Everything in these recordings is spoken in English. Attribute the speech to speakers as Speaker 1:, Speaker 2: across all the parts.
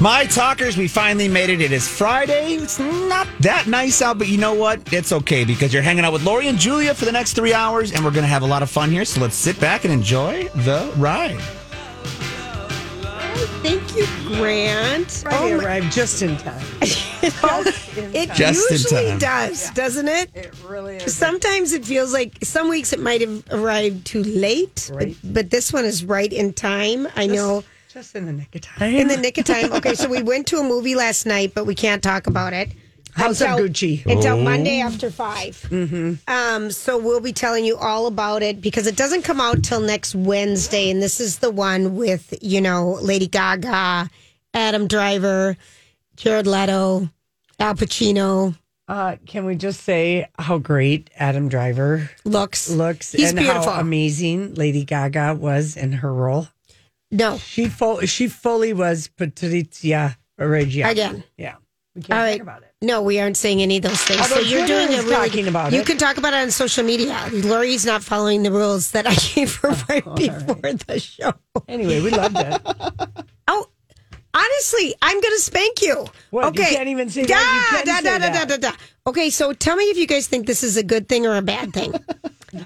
Speaker 1: My talkers, we finally made it. It is Friday. It's not that nice out, but you know what? It's okay because you're hanging out with Lori and Julia for the next three hours, and we're going to have a lot of fun here. So let's sit back and enjoy the ride.
Speaker 2: Thank you, Grant. Oh
Speaker 3: Friday arrived just in time.
Speaker 2: It
Speaker 1: Just in
Speaker 2: usually
Speaker 1: time.
Speaker 2: does, doesn't it? It really is. Sometimes it feels like some weeks it might have arrived too late,
Speaker 3: Right.
Speaker 2: but, but this one is right in time. I know.
Speaker 3: Just in the nick of time.
Speaker 2: In the nick of time. Okay, so we went to a movie last night, but we can't talk about it.
Speaker 3: House of Gucci. Mm-hmm.
Speaker 2: Until Monday after 5 Um, so we'll be telling you all about it because it doesn't come out till next Wednesday, and this is the one with you know Lady Gaga, Adam Driver, Jared Leto, Al Pacino.
Speaker 3: Uh, can we just say how great Adam Driver
Speaker 2: Looks,
Speaker 3: looks
Speaker 2: He's
Speaker 3: and
Speaker 2: beautiful.
Speaker 3: how amazing Lady Gaga was in her role?
Speaker 2: no,
Speaker 3: She full, she fully was Patrizia Regia.
Speaker 2: Again.
Speaker 3: Yeah. We can't
Speaker 2: all right.
Speaker 3: talk about it.
Speaker 2: No, we aren't saying any of those things.
Speaker 3: Although
Speaker 2: so you're
Speaker 3: Twitter
Speaker 2: doing a
Speaker 3: is
Speaker 2: really,
Speaker 3: talking about
Speaker 2: you
Speaker 3: it.
Speaker 2: can talk about it on social media. Lori's not following the rules that I gave her
Speaker 3: Oh,
Speaker 2: right before the show.
Speaker 3: Anyway, we loved it.
Speaker 2: Oh, honestly, I'm going to spank you.
Speaker 3: What? You
Speaker 2: Okay.
Speaker 3: can't even say
Speaker 2: da,
Speaker 3: that. You can
Speaker 2: da, da,
Speaker 3: say
Speaker 2: da,
Speaker 3: that.
Speaker 2: da, da, da. Okay, so tell me if you guys think this is a good thing or a bad thing.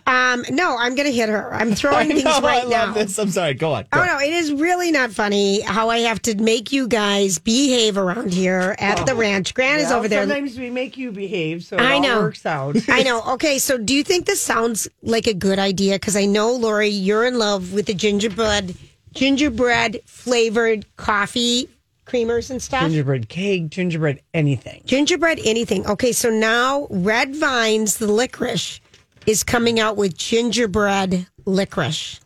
Speaker 2: um, no, I'm going to hit her. I'm throwing things
Speaker 1: No,
Speaker 2: right
Speaker 1: I
Speaker 2: now.
Speaker 1: love this. I'm sorry. Go on. Go
Speaker 2: Oh
Speaker 1: on.
Speaker 2: no, it is really not funny how I have to make you guys behave around here
Speaker 3: Oh,
Speaker 2: at the ranch. Grant is
Speaker 3: Well,
Speaker 2: over there.
Speaker 3: Sometimes we make you behave, so it
Speaker 2: I
Speaker 3: all
Speaker 2: know.
Speaker 3: works out.
Speaker 2: I know. Okay, so do you think this sounds like a good idea? Because I know, Lori, you're in love with the gingerbread, gingerbread flavored coffee creamers and stuff.
Speaker 3: gingerbread cake, gingerbread anything.
Speaker 2: Gingerbread anything. Okay, so now Red Vines, the licorice, is coming out with gingerbread licorice.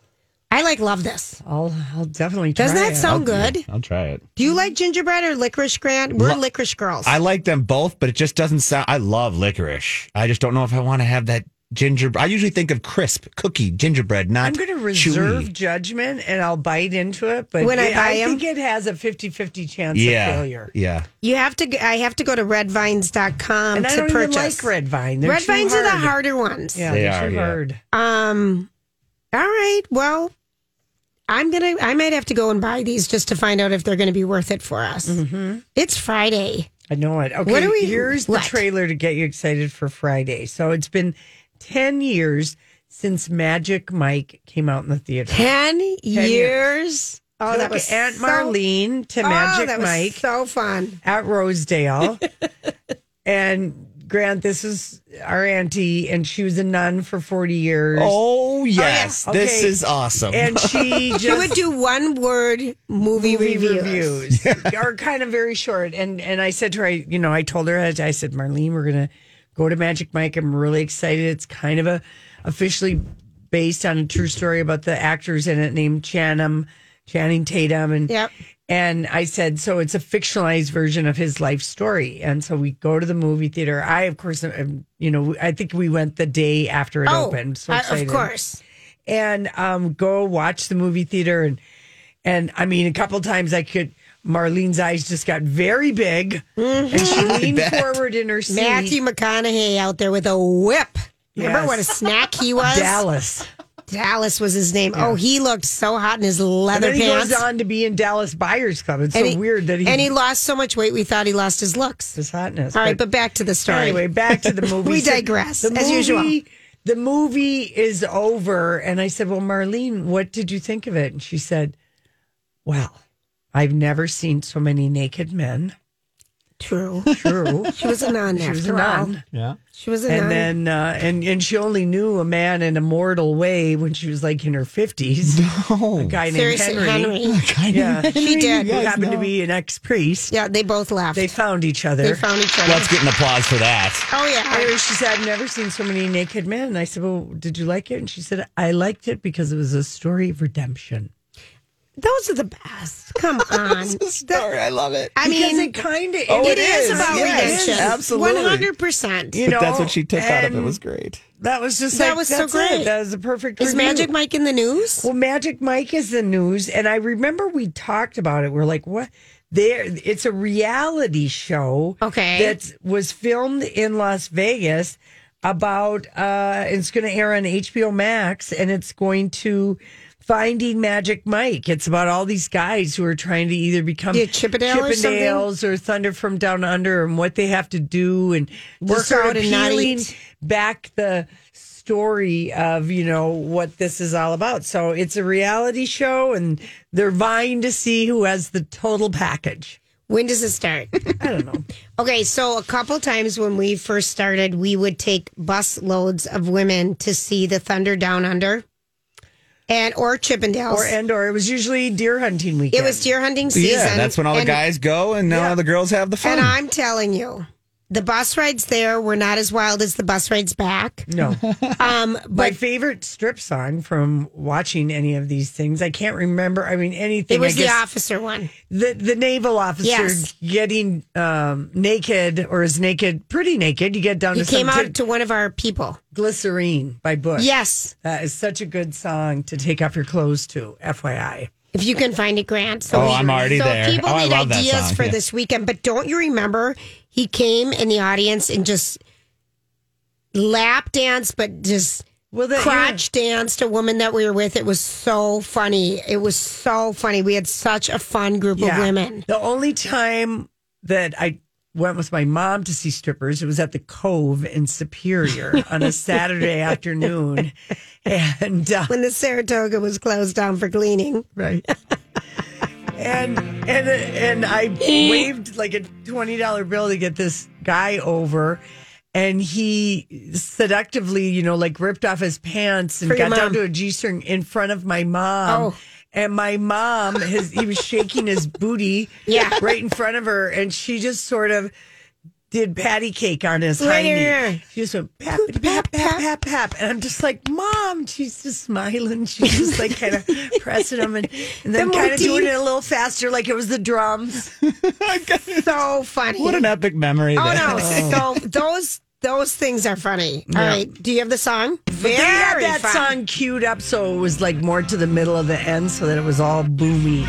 Speaker 2: I like love this.
Speaker 3: I'll, I'll definitely try
Speaker 2: Doesn't that
Speaker 3: it.
Speaker 2: sound good?
Speaker 1: I'll try it.
Speaker 2: Do you like gingerbread or licorice, Grant? We're
Speaker 1: Lo-
Speaker 2: licorice girls.
Speaker 1: I like them both, but it just doesn't sound. I love licorice. I just don't know if I want to have that gingerbread. I usually think of crisp cookie gingerbread, not.
Speaker 3: I'm going to reserve
Speaker 1: chewy.
Speaker 3: judgment and I'll bite into it, but
Speaker 2: When I
Speaker 3: it-
Speaker 2: buy
Speaker 3: I
Speaker 2: 'em?
Speaker 3: think it has a 50 50 chance of
Speaker 1: Yeah.
Speaker 3: failure.
Speaker 1: Yeah.
Speaker 2: you have to. g- I have to go to redvines.com
Speaker 3: And
Speaker 2: to
Speaker 3: I don't
Speaker 2: purchase.
Speaker 3: even like red vine. They're
Speaker 2: Red
Speaker 3: too
Speaker 2: vines are the
Speaker 3: hard.
Speaker 2: harder ones.
Speaker 3: Yeah,
Speaker 1: They
Speaker 3: they
Speaker 1: are,
Speaker 3: are too
Speaker 1: yeah.
Speaker 3: hard.
Speaker 2: Um. All right. Well, I'm gonna. I might have to go and buy these just to find out if they're gonna be worth it for us.
Speaker 3: Mm-hmm.
Speaker 2: It's Friday.
Speaker 3: I know it. Okay,
Speaker 2: do we-
Speaker 3: here's the
Speaker 2: what?
Speaker 3: trailer to get you excited for Friday. So it's been 10 years since Magic Mike came out in the theater.
Speaker 2: Ten, years.
Speaker 3: So
Speaker 2: Oh, that
Speaker 3: to
Speaker 2: was
Speaker 3: Aunt
Speaker 2: so-
Speaker 3: Marlene to
Speaker 2: Oh,
Speaker 3: Magic
Speaker 2: that was
Speaker 3: Mike.
Speaker 2: so fun.
Speaker 3: at Rosedale. and Grant, this is our auntie, and she was a nun for 40 years.
Speaker 1: Oh yes,
Speaker 3: yeah.
Speaker 1: this
Speaker 3: Okay.
Speaker 1: is awesome.
Speaker 3: And she just
Speaker 2: You would do one word movie,
Speaker 3: movie
Speaker 2: reviews.
Speaker 3: reviews are kind of very short. And and I said to her, I, you know, I told her, I, I said, Marlene, we're gonna go to Magic Mike. I'm really excited. It's kind of a officially based on a true story about the actors in it named Channing, Channing Tatum, and
Speaker 2: Yep.
Speaker 3: and I said, so it's a fictionalized version of his life story. And so we go to the movie theater. I, of course, am- you know, I think we went the day after it
Speaker 2: Oh,
Speaker 3: opened. So
Speaker 2: I-
Speaker 3: excited
Speaker 2: of course.
Speaker 3: and um, go watch the movie theater and and I mean a couple times I could Marlene's eyes just got very big and she leaned
Speaker 1: bet.
Speaker 3: forward in her seat.
Speaker 2: Mm-hmm. Matthew McConaughey out there with a whip. Remember
Speaker 3: Yes.
Speaker 2: what a snack he was?
Speaker 3: Dallas.
Speaker 2: Dallas was his name. Oh, he looked so hot in his
Speaker 3: And
Speaker 2: leather
Speaker 3: then he
Speaker 2: pants.
Speaker 3: goes on to be in Dallas Buyers Club. It's so
Speaker 2: he-
Speaker 3: weird that he
Speaker 2: and he lost so much weight we thought he lost his looks.
Speaker 3: his hotness.
Speaker 2: All right, but back to the story.
Speaker 3: Anyway, back to the movie.
Speaker 2: We digress, as usual.
Speaker 3: The movie is over, and I said, "Well, Marlene, what did you think of it?" And she said, "Well, I've never seen so many naked men.
Speaker 2: True.
Speaker 3: True.
Speaker 2: She was a nun
Speaker 3: She was a
Speaker 2: after all.
Speaker 3: nun.
Speaker 1: Yeah.
Speaker 2: She was a nun.
Speaker 3: And then, uh, and and she only knew a man in a mortal way when she was like in her fifties. A guy named
Speaker 2: Seriously, Henry.
Speaker 3: Oh Yeah,
Speaker 2: She did.
Speaker 3: who happened to be an ex priest.
Speaker 2: Yeah, they both left.
Speaker 3: They found each other.
Speaker 2: They found each other.
Speaker 1: Let's get an applause for that.
Speaker 2: oh yeah.
Speaker 3: Anyway, she said, I've never seen so many naked men. And I said, Well, did you like it? And she said, I liked it because it was a story of redemption.
Speaker 2: Those are the best. Come on.
Speaker 1: Sorry, I love it.
Speaker 2: I
Speaker 3: because
Speaker 2: mean,
Speaker 3: it kind of
Speaker 1: Oh,
Speaker 2: it is, about
Speaker 1: Yes,
Speaker 2: redemption.
Speaker 1: absolutely.
Speaker 2: One hundred percent.
Speaker 3: You
Speaker 1: But
Speaker 3: know,
Speaker 1: that's what she took out of it. It
Speaker 3: and
Speaker 1: was great.
Speaker 3: That was just
Speaker 2: That
Speaker 3: like,
Speaker 2: was so
Speaker 3: that's it.
Speaker 2: great.
Speaker 3: That was a perfect
Speaker 2: Is
Speaker 3: review.
Speaker 2: Magic Mike in the news?
Speaker 3: Well, Magic Mike is the news, and I remember we talked about it. We're like, what? There, it's a reality show.
Speaker 2: Okay.
Speaker 3: that was filmed in Las Vegas. About uh, it's going to air on HBO Max, and it's going to Finding Magic Mike. It's about all these guys who are trying to either become
Speaker 2: Yeah, Chippendale or something?
Speaker 3: Chippendales or Thunder from Down Under, and what they have to do, and
Speaker 2: Work
Speaker 3: just sort
Speaker 2: out
Speaker 3: of
Speaker 2: and not
Speaker 3: peeling
Speaker 2: eat.
Speaker 3: back the story of you know what this is all about. So it's a reality show, and they're vying to see who has the total package.
Speaker 2: When does it start?
Speaker 3: I don't know.
Speaker 2: okay, so a couple times when we first started, we would take bus loads of women to see the Thunder Down Under, and or Chippendales.
Speaker 3: or and or it was usually deer hunting weekend.
Speaker 2: it was deer hunting season.
Speaker 1: yeah, that's when all the
Speaker 2: and-
Speaker 1: guys go and now the girls have the fun.
Speaker 2: And I'm telling you, the bus rides there were not as wild as the bus rides back.
Speaker 3: no.
Speaker 2: Um,
Speaker 3: My
Speaker 2: but
Speaker 3: favorite strip song from watching any of these things. I can't remember. I mean anything.
Speaker 2: it was
Speaker 3: I
Speaker 2: the
Speaker 3: guess
Speaker 2: officer one.
Speaker 3: the the naval officer
Speaker 2: Yes.
Speaker 3: getting um, naked or is naked, pretty naked. You get down
Speaker 2: He
Speaker 3: to
Speaker 2: came
Speaker 3: some
Speaker 2: out
Speaker 3: tit-
Speaker 2: to one of our people.
Speaker 3: glycerine by Bush.
Speaker 2: Yes,
Speaker 3: That is such a good song to take off your clothes to, FYI.
Speaker 2: if you can find it, Grant. So
Speaker 1: Oh, I'm already
Speaker 2: so
Speaker 1: there.
Speaker 2: people
Speaker 1: Oh, I
Speaker 2: need
Speaker 1: love that
Speaker 2: ideas
Speaker 1: song,
Speaker 2: for
Speaker 1: yeah.
Speaker 2: this weekend. But don't you remember he came in the audience and just lap danced, but just.
Speaker 3: Well, that-
Speaker 2: crotch danced a woman that we were with. It was so funny. It was so funny. We had such a fun group of women.
Speaker 3: The only time that I went with my mom to see strippers, it was at the Cove in Superior on a Saturday afternoon. And uh,
Speaker 2: When the Saratoga was closed down for cleaning.
Speaker 3: right. And and and I waved like a twenty dollar bill to get this guy over, and he seductively, you know, like ripped off his pants and
Speaker 2: For your
Speaker 3: got down
Speaker 2: mom.
Speaker 3: to a g string in front of my mom.
Speaker 2: Oh.
Speaker 3: And my mom, his he was shaking his booty,
Speaker 2: Yeah.
Speaker 3: right in front of her, and she just sort of did patty cake on his
Speaker 2: Right
Speaker 3: hind knee.
Speaker 2: here.
Speaker 3: She just went pap, pap, pap, pap, pap. And I'm just like, Mom, she's just smiling. She's just like kind of pressing him and, and then
Speaker 2: The
Speaker 3: kind of doing
Speaker 2: Martini.
Speaker 3: it a little faster, like it was the drums.
Speaker 2: So funny.
Speaker 1: what an epic memory.
Speaker 2: Oh
Speaker 1: that
Speaker 2: no!
Speaker 1: is.
Speaker 2: So those those things are funny. All right. Do you have the song? Very
Speaker 3: They had that
Speaker 2: fun.
Speaker 3: song queued up so it was like more to the middle of the end so that it was all boomy.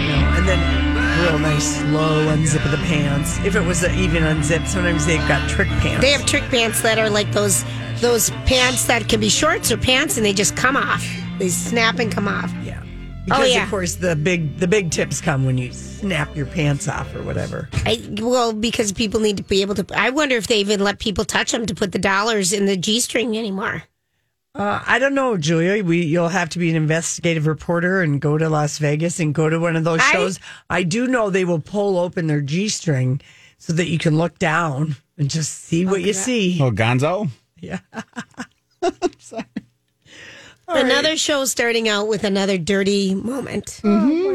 Speaker 3: You know, and then real nice, slow unzip of the pants. If it was even unzipped, sometimes they've got trick pants.
Speaker 2: They have trick pants that are like those those pants that can be shorts or pants, and they just come off. They snap and come off.
Speaker 3: Oh, Yeah. Because
Speaker 2: yeah.
Speaker 3: of course the big the big tips come when you snap your pants off or whatever.
Speaker 2: I, well, because people need to be able to. I wonder if they even let people touch them to put the dollars in the g string anymore.
Speaker 3: Uh, I don't know, Julia. We you'll have to be an investigative reporter and go to Las Vegas and go to one of those
Speaker 2: I-
Speaker 3: shows. I do know they will pull open their g string so that you can look down and just see what you see.
Speaker 1: Oh, Gonzo.
Speaker 2: Another show starting out with another dirty
Speaker 3: Mm-hmm.
Speaker 2: moment.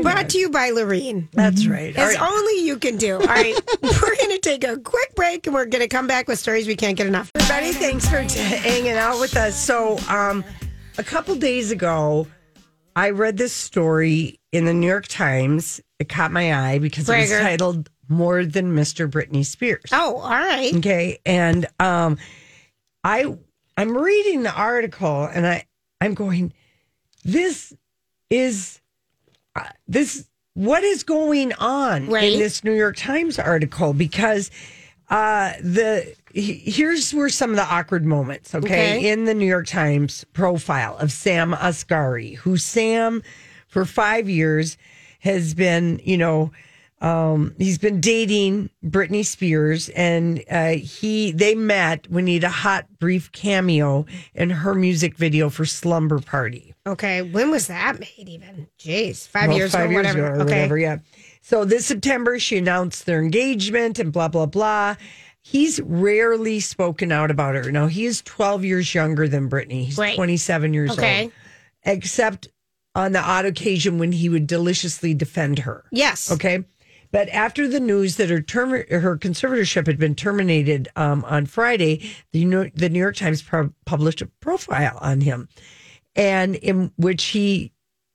Speaker 2: Brought to you by Lorene.
Speaker 3: Oh, That's right. Mm-hmm. All
Speaker 2: As
Speaker 3: right.
Speaker 2: only you can do. All right. we're going to take a quick break and we're going to come back with stories we can't get enough.
Speaker 3: everybody. Thanks for t- hanging out with us. So, um, a couple days ago, I read this story in the New York Times. It caught my eye because it
Speaker 2: Bragger.
Speaker 3: was titled "More Than Mr. Britney Spears."
Speaker 2: Oh, all right.
Speaker 3: Okay, and um, I I'm reading the article and I I'm going, this is uh, this what is going on
Speaker 2: Right.
Speaker 3: in this New York Times article because uh the he- here's where some of the awkward moments okay,
Speaker 2: Okay.
Speaker 3: in the New York Times profile of Sam Asghari who Sam for 5 years has been you know um, he's been dating Britney Spears, and uh, he they met when he had a hot brief cameo in her music video for "Slumber Party."
Speaker 2: Okay, when was that made? Even jeez, five
Speaker 3: Well,
Speaker 2: years
Speaker 3: five
Speaker 2: ago,
Speaker 3: years
Speaker 2: whatever.
Speaker 3: ago or
Speaker 2: okay,
Speaker 3: whatever. Yeah. So this September, she announced their engagement and blah blah blah. He's rarely spoken out about her. Now he is 12 years younger than Britney. He's
Speaker 2: Right.
Speaker 3: 27 years
Speaker 2: okay,
Speaker 3: old, except on the odd occasion when he would deliciously defend her.
Speaker 2: yes,
Speaker 3: Okay. But after the news that her term, her conservatorship had been terminated um, on Friday, the New, the New York Times pro- published a profile on him, and in which he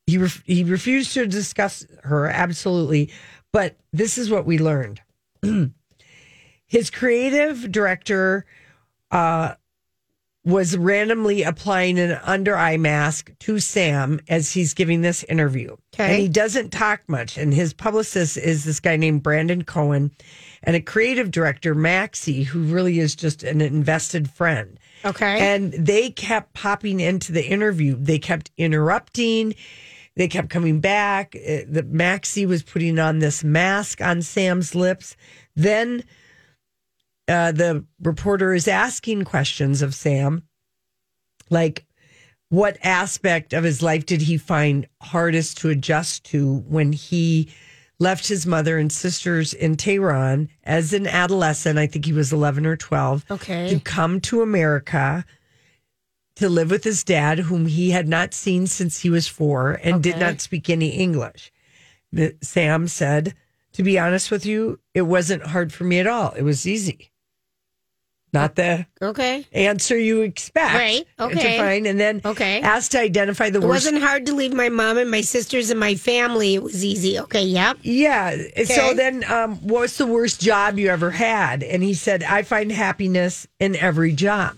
Speaker 3: he ref, he refused to discuss her absolutely. But this is what we learned: his creative director uh, was randomly applying an under eye mask to Sam as he's giving this interview.
Speaker 2: Okay.
Speaker 3: And he doesn't talk much. And his publicist is this guy named Brandon Cohen and a creative director, Maxie, who really is just an invested friend.
Speaker 2: okay,
Speaker 3: And they kept popping into the interview. They kept interrupting. They kept coming back. Uh, The Maxie was putting on this mask on Sam's lips. Then uh, the reporter is asking questions of Sam, like what aspect of his life did he find hardest to adjust to when he left his mother and sisters in Tehran as an adolescent? I think he was 11 or 12
Speaker 2: okay,
Speaker 3: to come to America to live with his dad, whom he had not seen since he was four and did
Speaker 2: Okay.
Speaker 3: not speak any English. M- Sam said, To be honest with you, it wasn't hard for me at all. It was easy. Not the
Speaker 2: okay.
Speaker 3: answer you expect
Speaker 2: Right, okay.
Speaker 3: to find. And then
Speaker 2: Okay.
Speaker 3: asked to identify the
Speaker 2: It
Speaker 3: worst
Speaker 2: wasn't hard to leave my mom and my sisters and my family. It was easy. Okay, yep.
Speaker 3: Yeah.
Speaker 2: Okay.
Speaker 3: So then, um, what's the worst job you ever had? And he said, I find happiness in every job.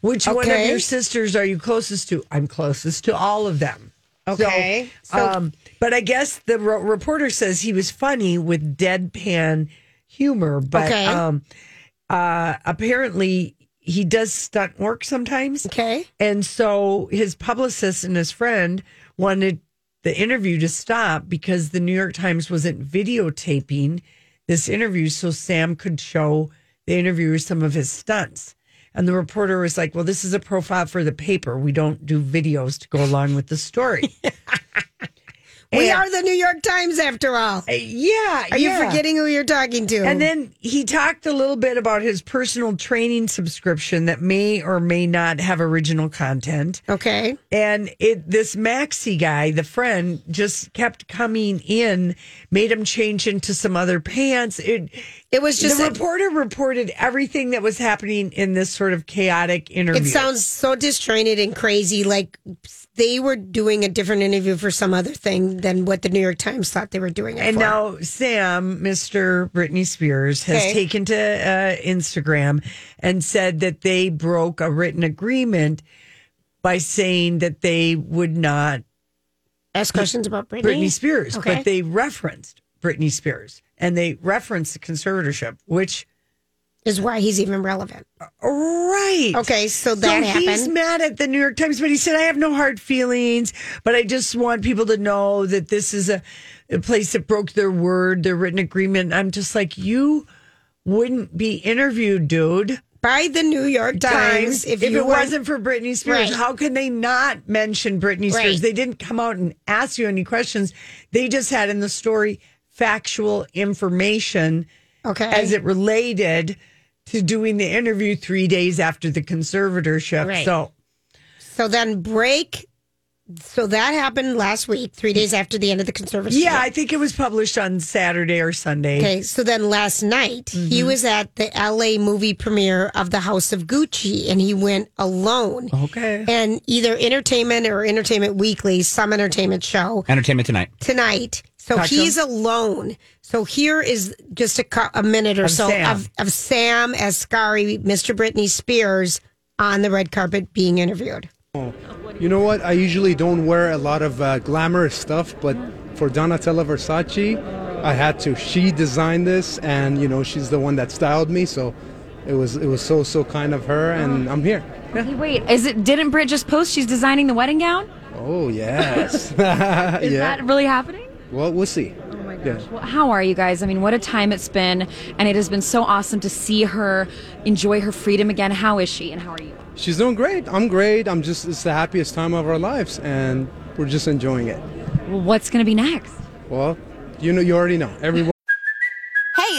Speaker 3: Which one of
Speaker 2: Okay.
Speaker 3: your sisters are you closest to? I'm closest to all of them.
Speaker 2: Okay.
Speaker 3: So,
Speaker 2: So-
Speaker 3: um, but I guess the re- reporter says he was funny with deadpan humor, but
Speaker 2: Okay.
Speaker 3: um, uh, apparently he does stunt work sometimes.
Speaker 2: Okay.
Speaker 3: And so his publicist and his friend wanted the interview to stop because the New York Times wasn't videotaping this interview so Sam could show the interviewer some of his stunts. And the reporter was like, Well, this is a profile for the paper. We don't do videos to go along with the story.
Speaker 2: We
Speaker 3: And-
Speaker 2: are the New York Times after all.
Speaker 3: Uh, yeah.
Speaker 2: Are
Speaker 3: yeah.
Speaker 2: you forgetting who you're talking to?
Speaker 3: And then he talked a little bit about his personal training subscription that may or may not have original content.
Speaker 2: okay.
Speaker 3: And it this Maxi guy, the friend, just kept coming in, made him change into some other pants. It
Speaker 2: It was just
Speaker 3: the reporter reported everything that was happening in this sort of chaotic interview.
Speaker 2: it sounds so disjointed and crazy like they were doing a different interview for some other thing than what the New York Times thought they were doing it
Speaker 3: and
Speaker 2: for.
Speaker 3: now Sam, Mr. Britney Spears, has
Speaker 2: Okay.
Speaker 3: taken to uh, Instagram and said that they broke a written agreement by saying that they would not
Speaker 2: ask questions about Britney.
Speaker 3: Britney Spears,
Speaker 2: Okay.
Speaker 3: but they referenced Britney Spears and they referenced the conservatorship, which
Speaker 2: is why he's even relevant.
Speaker 3: right.
Speaker 2: Okay, so that
Speaker 3: so he's
Speaker 2: happened.
Speaker 3: mad at the New York Times, but he said, "I have no hard feelings, but I just want people to know that this is a, a place that broke their word, their written agreement." I'm just like, you wouldn't be interviewed, dude.
Speaker 2: by the New York Times.
Speaker 3: if,
Speaker 2: If, you
Speaker 3: it
Speaker 2: weren't-
Speaker 3: wasn't for Britney Spears,
Speaker 2: Right.
Speaker 3: how could they not mention Britney Spears?
Speaker 2: Right.
Speaker 3: They didn't come out and ask you any questions. They just had in the story factual information
Speaker 2: okay,
Speaker 3: as it related to doing the interview three days after the conservatorship.
Speaker 2: Right.
Speaker 3: So
Speaker 2: so then break. So that happened last week, three days after the end of the conservatorship.
Speaker 3: yeah, I think it was published on Saturday or Sunday.
Speaker 2: Okay, so then last night
Speaker 3: Mm-hmm.
Speaker 2: he was at the LA movie premiere of The House of Gucci and he went alone.
Speaker 3: Okay.
Speaker 2: And either Entertainment or Entertainment Weekly, some entertainment show
Speaker 1: Entertainment Tonight.
Speaker 2: tonight. So
Speaker 3: Gotcha.
Speaker 2: he's alone. So here is just a, cou- a minute or
Speaker 3: Of
Speaker 2: so
Speaker 3: Sam.
Speaker 2: of, of Sam Ascari, Mr. Britney Spears on the red carpet being interviewed.
Speaker 4: You know what? I usually don't wear a lot of uh, glamorous stuff, but for Donatella Versace, I had to. She designed this, and you know she's the one that styled me, so it was it was so so kind of her, and
Speaker 5: Uh-huh.
Speaker 4: I'm here.
Speaker 5: Hey, wait, is it? Didn't Brit just post she's designing the wedding gown?
Speaker 4: Oh yes,
Speaker 5: Is
Speaker 4: yeah.
Speaker 5: that really happening?
Speaker 4: Well, we'll see.
Speaker 5: Oh my
Speaker 4: Yeah.
Speaker 5: Well, how are you guys? I mean, what a time it's been, and it has been so awesome to see her enjoy her freedom again. How is she, and how are you?
Speaker 4: She's doing great. I'm great. I'm just, it's the happiest time of our lives, and we're just enjoying it.
Speaker 5: Well, what's going to be next?
Speaker 4: Well, you know, you already know. Everyone.
Speaker 6: Hey,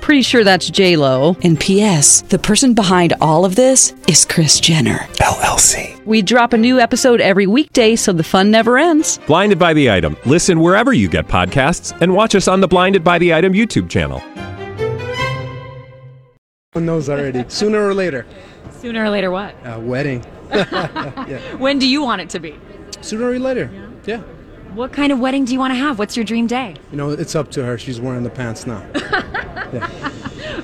Speaker 7: Pretty sure that's J Lo.
Speaker 8: And P.S. The person behind all of this is Chris Jenner.
Speaker 9: LLC.
Speaker 7: We drop a new episode every weekday, so the fun never ends.
Speaker 9: Blinded by the item. Listen wherever you get podcasts, and watch us on the Blinded by the Item YouTube channel.
Speaker 4: knows already. Sooner or later,
Speaker 5: Sooner or later, what?
Speaker 4: a wedding.
Speaker 5: When do you want it to be?
Speaker 4: Sooner or later. Yeah.
Speaker 5: What kind of wedding do you want to have? What's your dream day?
Speaker 4: You know, it's up to her. She's wearing the pants now.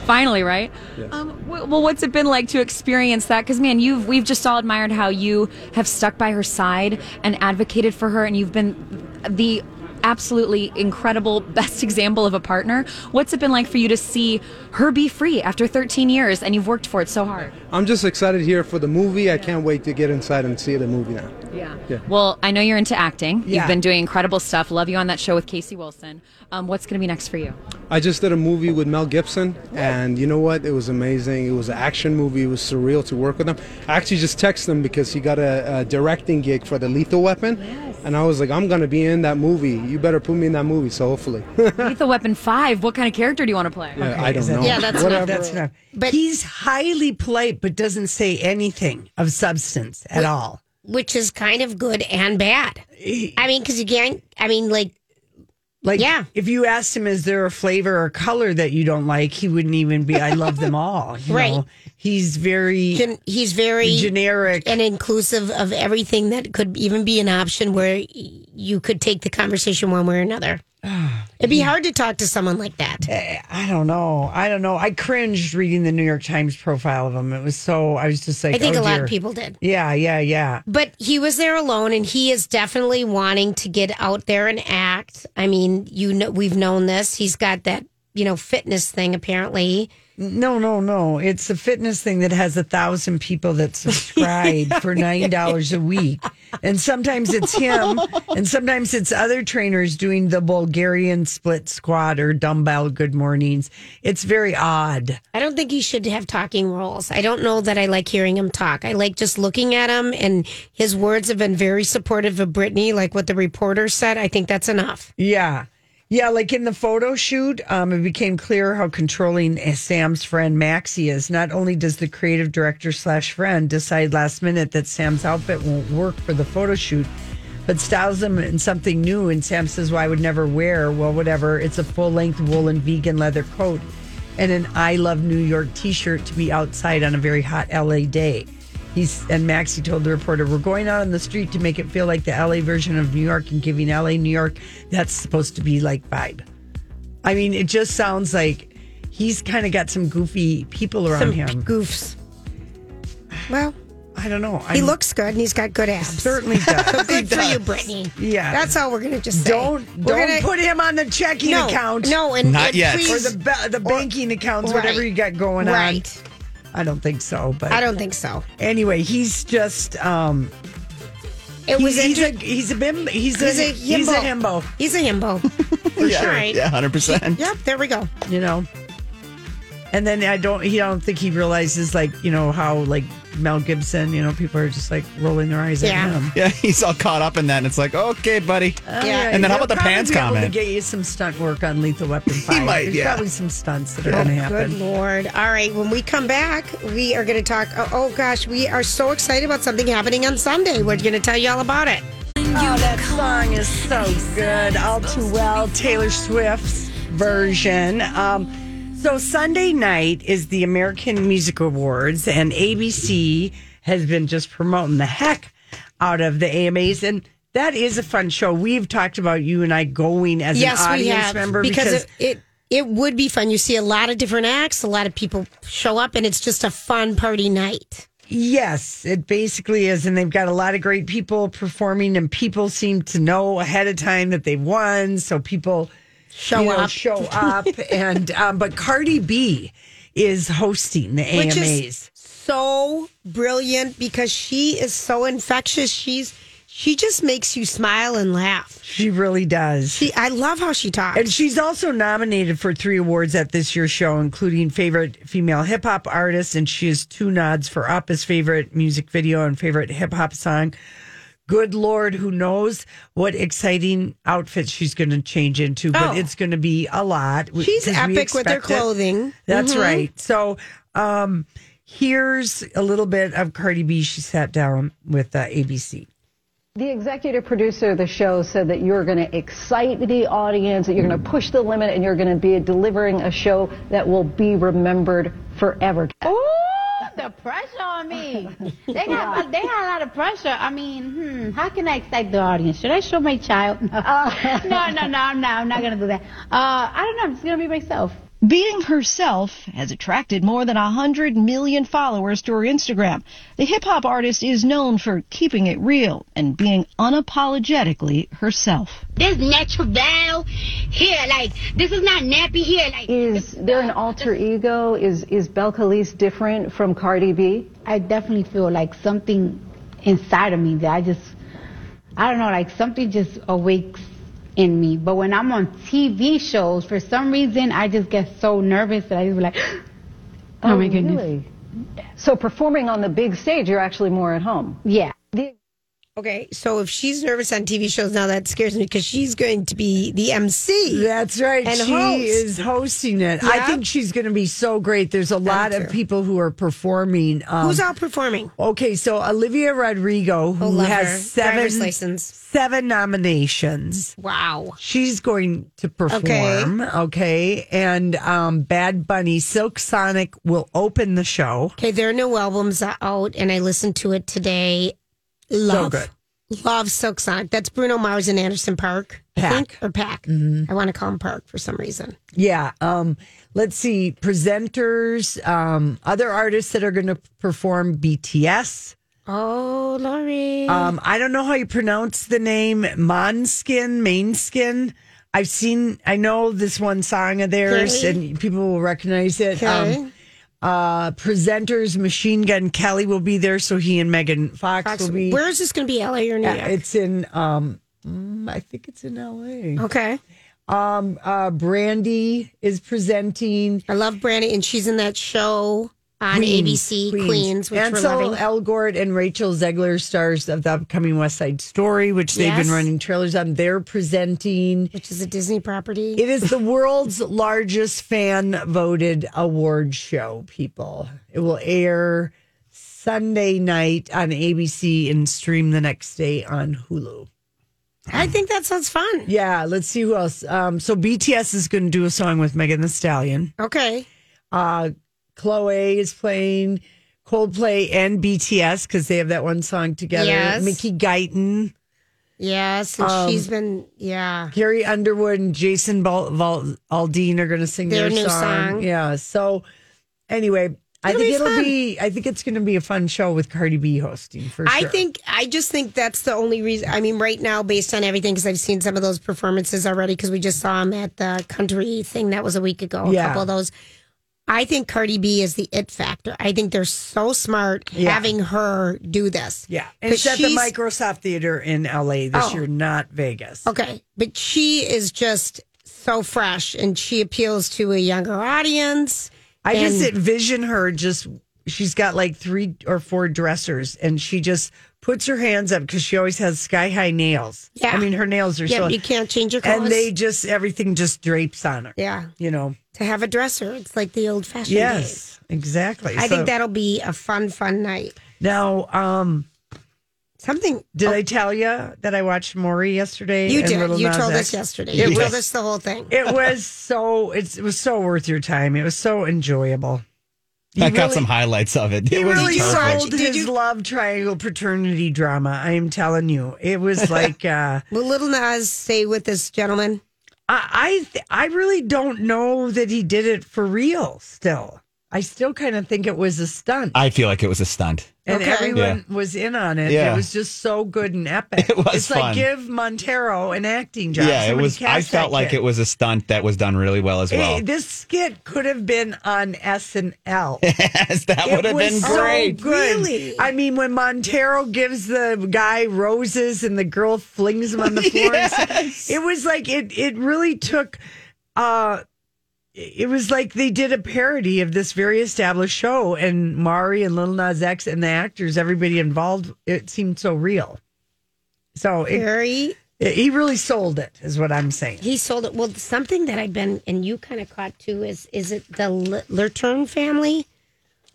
Speaker 5: Finally, right? Um, w- well, what's it been like to experience that? Because man, you've we've just all admired how you have stuck by her side and advocated for her, and you've been the absolutely incredible best example of a partner. What's it been like for you to see her be free after 13 years, and you've worked for it so hard?
Speaker 4: I'm just excited here for the movie. I can't wait to get inside and see the movie now.
Speaker 5: Yeah. Well, I know you're into acting.
Speaker 3: Yeah.
Speaker 5: You've been doing incredible stuff. Love you on that show with Casey Wilson. Um, what's going to be next for you?
Speaker 4: I just did a movie with Mel Gibson, and you know what? It was amazing. It was an action movie. It was surreal to work with him. I actually just texted him because he got a, a directing gig for The Lethal Weapon, and I was like, I'm gonna be in that movie. You better put me in that movie. So hopefully,
Speaker 5: Lethal Weapon Five. What kind of character do you want to play?
Speaker 4: I don't
Speaker 3: is that-
Speaker 4: know.
Speaker 2: Yeah, that's
Speaker 4: Whatever.
Speaker 2: enough.
Speaker 3: That's enough.
Speaker 2: But-
Speaker 3: But he's highly polite, but doesn't say anything of substance at all.
Speaker 2: which is kind of good and bad. I mean, because you can't. I mean, like
Speaker 3: Like,
Speaker 2: Yeah.
Speaker 3: if you asked him, is there a flavor or color that you don't like? He wouldn't even be, I love them all. you
Speaker 2: Right.
Speaker 3: know? He's very
Speaker 2: gen- he's very
Speaker 3: generic.
Speaker 2: and inclusive of everything that could even be an option where y- you could take the conversation one way or another. It'd be hard to talk to someone like that.
Speaker 3: Eh, I don't know. I don't know. I cringed reading the New York Times profile of him. It was so, I was just like,
Speaker 2: I think
Speaker 3: oh,
Speaker 2: a lot
Speaker 3: dear.
Speaker 2: of people did.
Speaker 3: Yeah, yeah, yeah.
Speaker 2: But he was there alone, and he is definitely wanting to get out there and act. I mean, you know, we've known this. He's got that, you know, fitness thing apparently.
Speaker 3: No, no, no. It's a fitness thing that has a thousand people that subscribe for nine dollars a week. And sometimes it's him, and sometimes it's other trainers doing the Bulgarian split squat or dumbbell good mornings. It's very odd.
Speaker 2: I don't think he should have talking roles. I don't know that I like hearing him talk. I like just looking at him, and his words have been very supportive of Brittany, like what the reporter said. I think that's enough.
Speaker 3: Yeah. Yeah, like in the photo shoot, um, it became clear how controlling uh, Sam's friend Maxie is. Not only does the creative director slash friend decide last minute that Sam's outfit won't work for the photo shoot, but styles him in something new. And Sam says, "Well, I would never wear well, whatever. It's a full length woolen vegan leather coat and an I love New York T-shirt to be outside on a very hot LA day." He's and Maxie told the reporter, "We're going out on the street to make it feel like the LA version of New York and giving LA New York that's supposed to be like vibe." I mean, it just sounds like he's kind of got some goofy people around
Speaker 2: Some
Speaker 3: him.
Speaker 2: goofs. Well,
Speaker 3: I don't know.
Speaker 2: he
Speaker 3: I'm-
Speaker 2: looks good, and he's got good abs.
Speaker 3: certainly does.
Speaker 2: Good for you, Brittany.
Speaker 3: Yeah.
Speaker 2: that's all we're gonna just say.
Speaker 3: Don't don't
Speaker 2: We're gonna-
Speaker 3: put him on the checking
Speaker 2: no,
Speaker 3: account.
Speaker 2: No, and
Speaker 1: Not
Speaker 2: and
Speaker 1: yet.
Speaker 3: or
Speaker 2: Please,
Speaker 3: the ba- the banking accounts, whatever
Speaker 2: Right.
Speaker 3: you got going
Speaker 2: right?
Speaker 3: on. I don't think so, but
Speaker 2: I don't think so.
Speaker 3: anyway, he's just um,
Speaker 2: It was
Speaker 3: he's, he's a
Speaker 2: inter-
Speaker 3: he's a bim he's,
Speaker 2: he's
Speaker 3: a,
Speaker 2: a himbo.
Speaker 3: he's a himbo,
Speaker 2: He's a himbo. For sure. All right.
Speaker 1: Yeah, 100%.
Speaker 2: Yep. There we go.
Speaker 3: you know. And then I don't he I don't think he realizes like you know how like Mel Gibson, you know, people are just like rolling their eyes
Speaker 2: Yeah.
Speaker 3: at him.
Speaker 1: Yeah, he's all caught up in that. And it's like, okay, buddy.
Speaker 3: Uh,
Speaker 2: yeah.
Speaker 1: And then how
Speaker 3: He'll
Speaker 1: about the
Speaker 3: probably
Speaker 1: pants
Speaker 3: be able
Speaker 1: comment?
Speaker 3: To get you some stunt work on Lethal Weapon Five.
Speaker 1: might,
Speaker 3: There's
Speaker 1: yeah.
Speaker 3: probably some stunts that are going to
Speaker 2: Oh, Good
Speaker 3: happen.
Speaker 2: Lord. All right. When we come back, we are going to talk. Oh, oh, gosh. We are so excited about something happening on Sunday. We're going to tell you all about it.
Speaker 3: Oh, that song is so good. All too well, Taylor Swift's version. Um, so Sunday night is the American Music Awards, and ABC has been just promoting the heck out of the AMAs, and that is a fun show. We've talked about you and I going as
Speaker 2: yes,
Speaker 3: an
Speaker 2: we
Speaker 3: audience
Speaker 2: have
Speaker 3: member
Speaker 2: because, it, it it would be fun. You see a lot of different acts, a lot of people show up, and it's just a fun party night.
Speaker 3: Yes, it basically is. And they've got a lot of great people performing, and people seem to know ahead of time that they won. So people
Speaker 2: Show
Speaker 3: you know,
Speaker 2: up.
Speaker 3: show up. and, um, but Cardi B is hosting the AMAs.
Speaker 2: Which is so brilliant because she is so infectious. She's she just makes you smile and laugh.
Speaker 3: she really does.
Speaker 2: She, I love how she talks.
Speaker 3: and she's also nominated for three awards at this year's show, including favorite female hip hop artist, and she has two nods for Up as favorite music video and favorite hip hop song. Good Lord, who knows what exciting outfit she's going to change into, but
Speaker 2: Oh.
Speaker 3: it's going to be a lot. We-
Speaker 2: She's
Speaker 3: 'cause we
Speaker 2: epic with her
Speaker 3: expect it.
Speaker 2: clothing.
Speaker 3: That's
Speaker 2: Mhm.
Speaker 3: right. So, um, here's a little bit of Cardi B. She sat down with uh, ABC.
Speaker 10: The executive producer of the show said that you're going to excite the audience, that you're going to push the limit, and you're going to be delivering a show that will be remembered forever.
Speaker 11: the pressure on me. They got they got a lot of pressure. I mean, hmm, how can I excite the audience? Should I show my child? No, no, no, no, I'm not. I'm not gonna do that. Uh, I don't know. I'm just gonna be myself.
Speaker 12: Being herself has attracted more than 100 million followers to her Instagram. The hip hop artist is known for keeping it real and being unapologetically herself.
Speaker 11: This natural here, like this is not nappy here. Like
Speaker 10: Is there an alter ego? Is is Belle Calise different from Cardi B?
Speaker 11: I definitely feel like something inside of me that I just, I don't know, like something just awakes in me. But when I'm on TV shows, for some reason, I just get so nervous that I just be like, oh,
Speaker 10: Oh,
Speaker 11: my goodness.
Speaker 10: really? So performing on the big stage, you're actually more at home.
Speaker 11: Yeah.
Speaker 2: Okay, so if she's nervous on TV shows now, that scares me because she's going to be the MC.
Speaker 3: That's right.
Speaker 2: And
Speaker 3: she
Speaker 2: host.
Speaker 3: is hosting it. I
Speaker 2: Yeah.
Speaker 3: think she's going to be so great. There's a lot of people who are performing. Um,
Speaker 2: Who's out performing?
Speaker 3: Okay, so Olivia Rodrigo,
Speaker 2: Oh,
Speaker 3: who
Speaker 2: love
Speaker 3: has
Speaker 2: her.
Speaker 3: seven
Speaker 2: Driver's license.
Speaker 3: seven nominations.
Speaker 2: Wow.
Speaker 3: She's going to perform. Okay. And um, Bad Bunny, Silk Sonic will open the show.
Speaker 2: Okay, their new album's out, and I listened to it today.
Speaker 3: So
Speaker 2: Love,
Speaker 3: good.
Speaker 2: love Silk Sonic. That's Bruno Mars and Anderson Park, I
Speaker 3: Paak.
Speaker 2: think, or Pack.
Speaker 3: Mm-hmm.
Speaker 2: I want to call him Park for some reason.
Speaker 3: Yeah. Um, let's see. Presenters, um, other artists that are going to perform BTS.
Speaker 2: Oh, Lori.
Speaker 3: Um, I don't know how you pronounce the name Monskin, Mainskin. I've seen, I know this one song of theirs,
Speaker 2: Okay.
Speaker 3: and people will recognize it.
Speaker 2: Okay.
Speaker 3: Um, uh, presenters Machine Gun Kelly will be there, so he and Megan Fox, will be.
Speaker 2: Where is this going to be, LA or New
Speaker 3: Yeah,
Speaker 2: York?
Speaker 3: it's in. Um, mm, I think it's in L.A.
Speaker 2: okay.
Speaker 3: Um, uh, Brandy is presenting
Speaker 2: I love Brandy, and she's in that show on ABC, Queens, which
Speaker 3: Ansel
Speaker 2: we're loving.
Speaker 3: Elgort and Rachel Zegler, stars of the upcoming West Side Story, which they've
Speaker 2: Yes.
Speaker 3: been running trailers on. They're presenting.
Speaker 2: Which is a Disney property.
Speaker 3: It is the world's largest fan voted award show, people. It will air Sunday night on ABC and stream the next day on Hulu.
Speaker 2: I think that sounds fun.
Speaker 3: Yeah, let's see who else. Um, so BTS is going to do a song with Megan the Stallion.
Speaker 2: Okay.
Speaker 3: Uh, Chloe is playing Coldplay and BTS because they have that one song together.
Speaker 2: Yes.
Speaker 3: Mickey Guyton,
Speaker 2: Yes, and
Speaker 3: Um,
Speaker 2: she's been, yeah.
Speaker 3: Gary Underwood, and Jason Bal- Val- Aldean are going to sing
Speaker 2: Their
Speaker 3: their,
Speaker 2: new
Speaker 3: song.
Speaker 2: song.
Speaker 3: Yeah. So anyway, I
Speaker 2: It'll
Speaker 3: think
Speaker 2: be
Speaker 3: it'll
Speaker 2: fun.
Speaker 3: be. I think it's going to be a fun show with Cardi B hosting for
Speaker 2: I
Speaker 3: sure.
Speaker 2: think I just think that's the only reason. I mean, right now, based on everything, because I've seen some of those performances already, because we just saw him at the country thing that was a week ago. A
Speaker 3: Yeah.
Speaker 2: couple of those. I think Cardi B is the it factor. I think they're so smart
Speaker 3: Yeah.
Speaker 2: having her do this.
Speaker 3: Yeah, and
Speaker 2: 'Cause
Speaker 3: it's at the
Speaker 2: she's-
Speaker 3: Microsoft Theater in LA this
Speaker 2: Oh.
Speaker 3: year, not Vegas.
Speaker 2: Okay, but she is just so fresh, and she appeals to a younger audience.
Speaker 3: I just
Speaker 2: and-
Speaker 3: envision her just she's got like three or four dressers and she just puts her hands up because she always has sky high nails.
Speaker 2: Yeah.
Speaker 3: I mean her nails are
Speaker 2: yeah,
Speaker 3: so
Speaker 2: you can't change your colors.
Speaker 3: and they just everything just drapes on her.
Speaker 2: yeah,
Speaker 3: You know.
Speaker 2: to have a dresser, it's like the old fashioned.
Speaker 3: Yes. Exactly.
Speaker 2: I
Speaker 3: So
Speaker 2: think that'll be a fun, fun night.
Speaker 3: now um
Speaker 2: Something.
Speaker 3: Did I tell you that I watched Maury yesterday?
Speaker 2: Oh. You
Speaker 3: and
Speaker 2: did.
Speaker 3: Little
Speaker 2: You
Speaker 3: Nas
Speaker 2: told
Speaker 3: X?
Speaker 2: us yesterday.
Speaker 3: It
Speaker 2: You
Speaker 3: was-
Speaker 2: told us the whole thing.
Speaker 3: It was so. It's, it was so worth your time. It was so enjoyable.
Speaker 1: I
Speaker 3: You
Speaker 1: got
Speaker 3: really-
Speaker 1: some highlights of it.
Speaker 3: He
Speaker 1: It was
Speaker 3: really
Speaker 1: perfect.
Speaker 3: sold his love triangle paternity drama. I am telling you, it was like uh,
Speaker 2: Will Little Nas stay with this gentleman?
Speaker 3: I I, th- I really don't know that he did it for real. Still, I still kind of think it was a stunt,
Speaker 1: I feel like it was a stunt.
Speaker 3: and everyone was in on it.
Speaker 1: Yeah.
Speaker 3: It was just so good and epic. It
Speaker 1: was
Speaker 3: it's
Speaker 1: fun.
Speaker 3: like give Montero an acting job.
Speaker 1: Yeah, it
Speaker 3: Somebody
Speaker 1: was. I
Speaker 3: cast that
Speaker 1: felt like
Speaker 3: kid.
Speaker 1: it was a stunt that was done really well as
Speaker 3: It-
Speaker 1: well.
Speaker 3: this skit could have been on SNL.
Speaker 1: yes, that would have been great.
Speaker 3: Really? I mean, when Montero gives the guy roses and the girl flings them on the floor, and stuff, it was like it. It really took. uh it was like they did a parody of this very established show, and Mari and Lil Nas X and the actors, everybody involved, it seemed so real. So it,
Speaker 2: Very.
Speaker 3: he really sold it, is what I'm saying.
Speaker 2: He sold it. Well, something that I've been and you kind of caught too is is it the L- Lurturn family?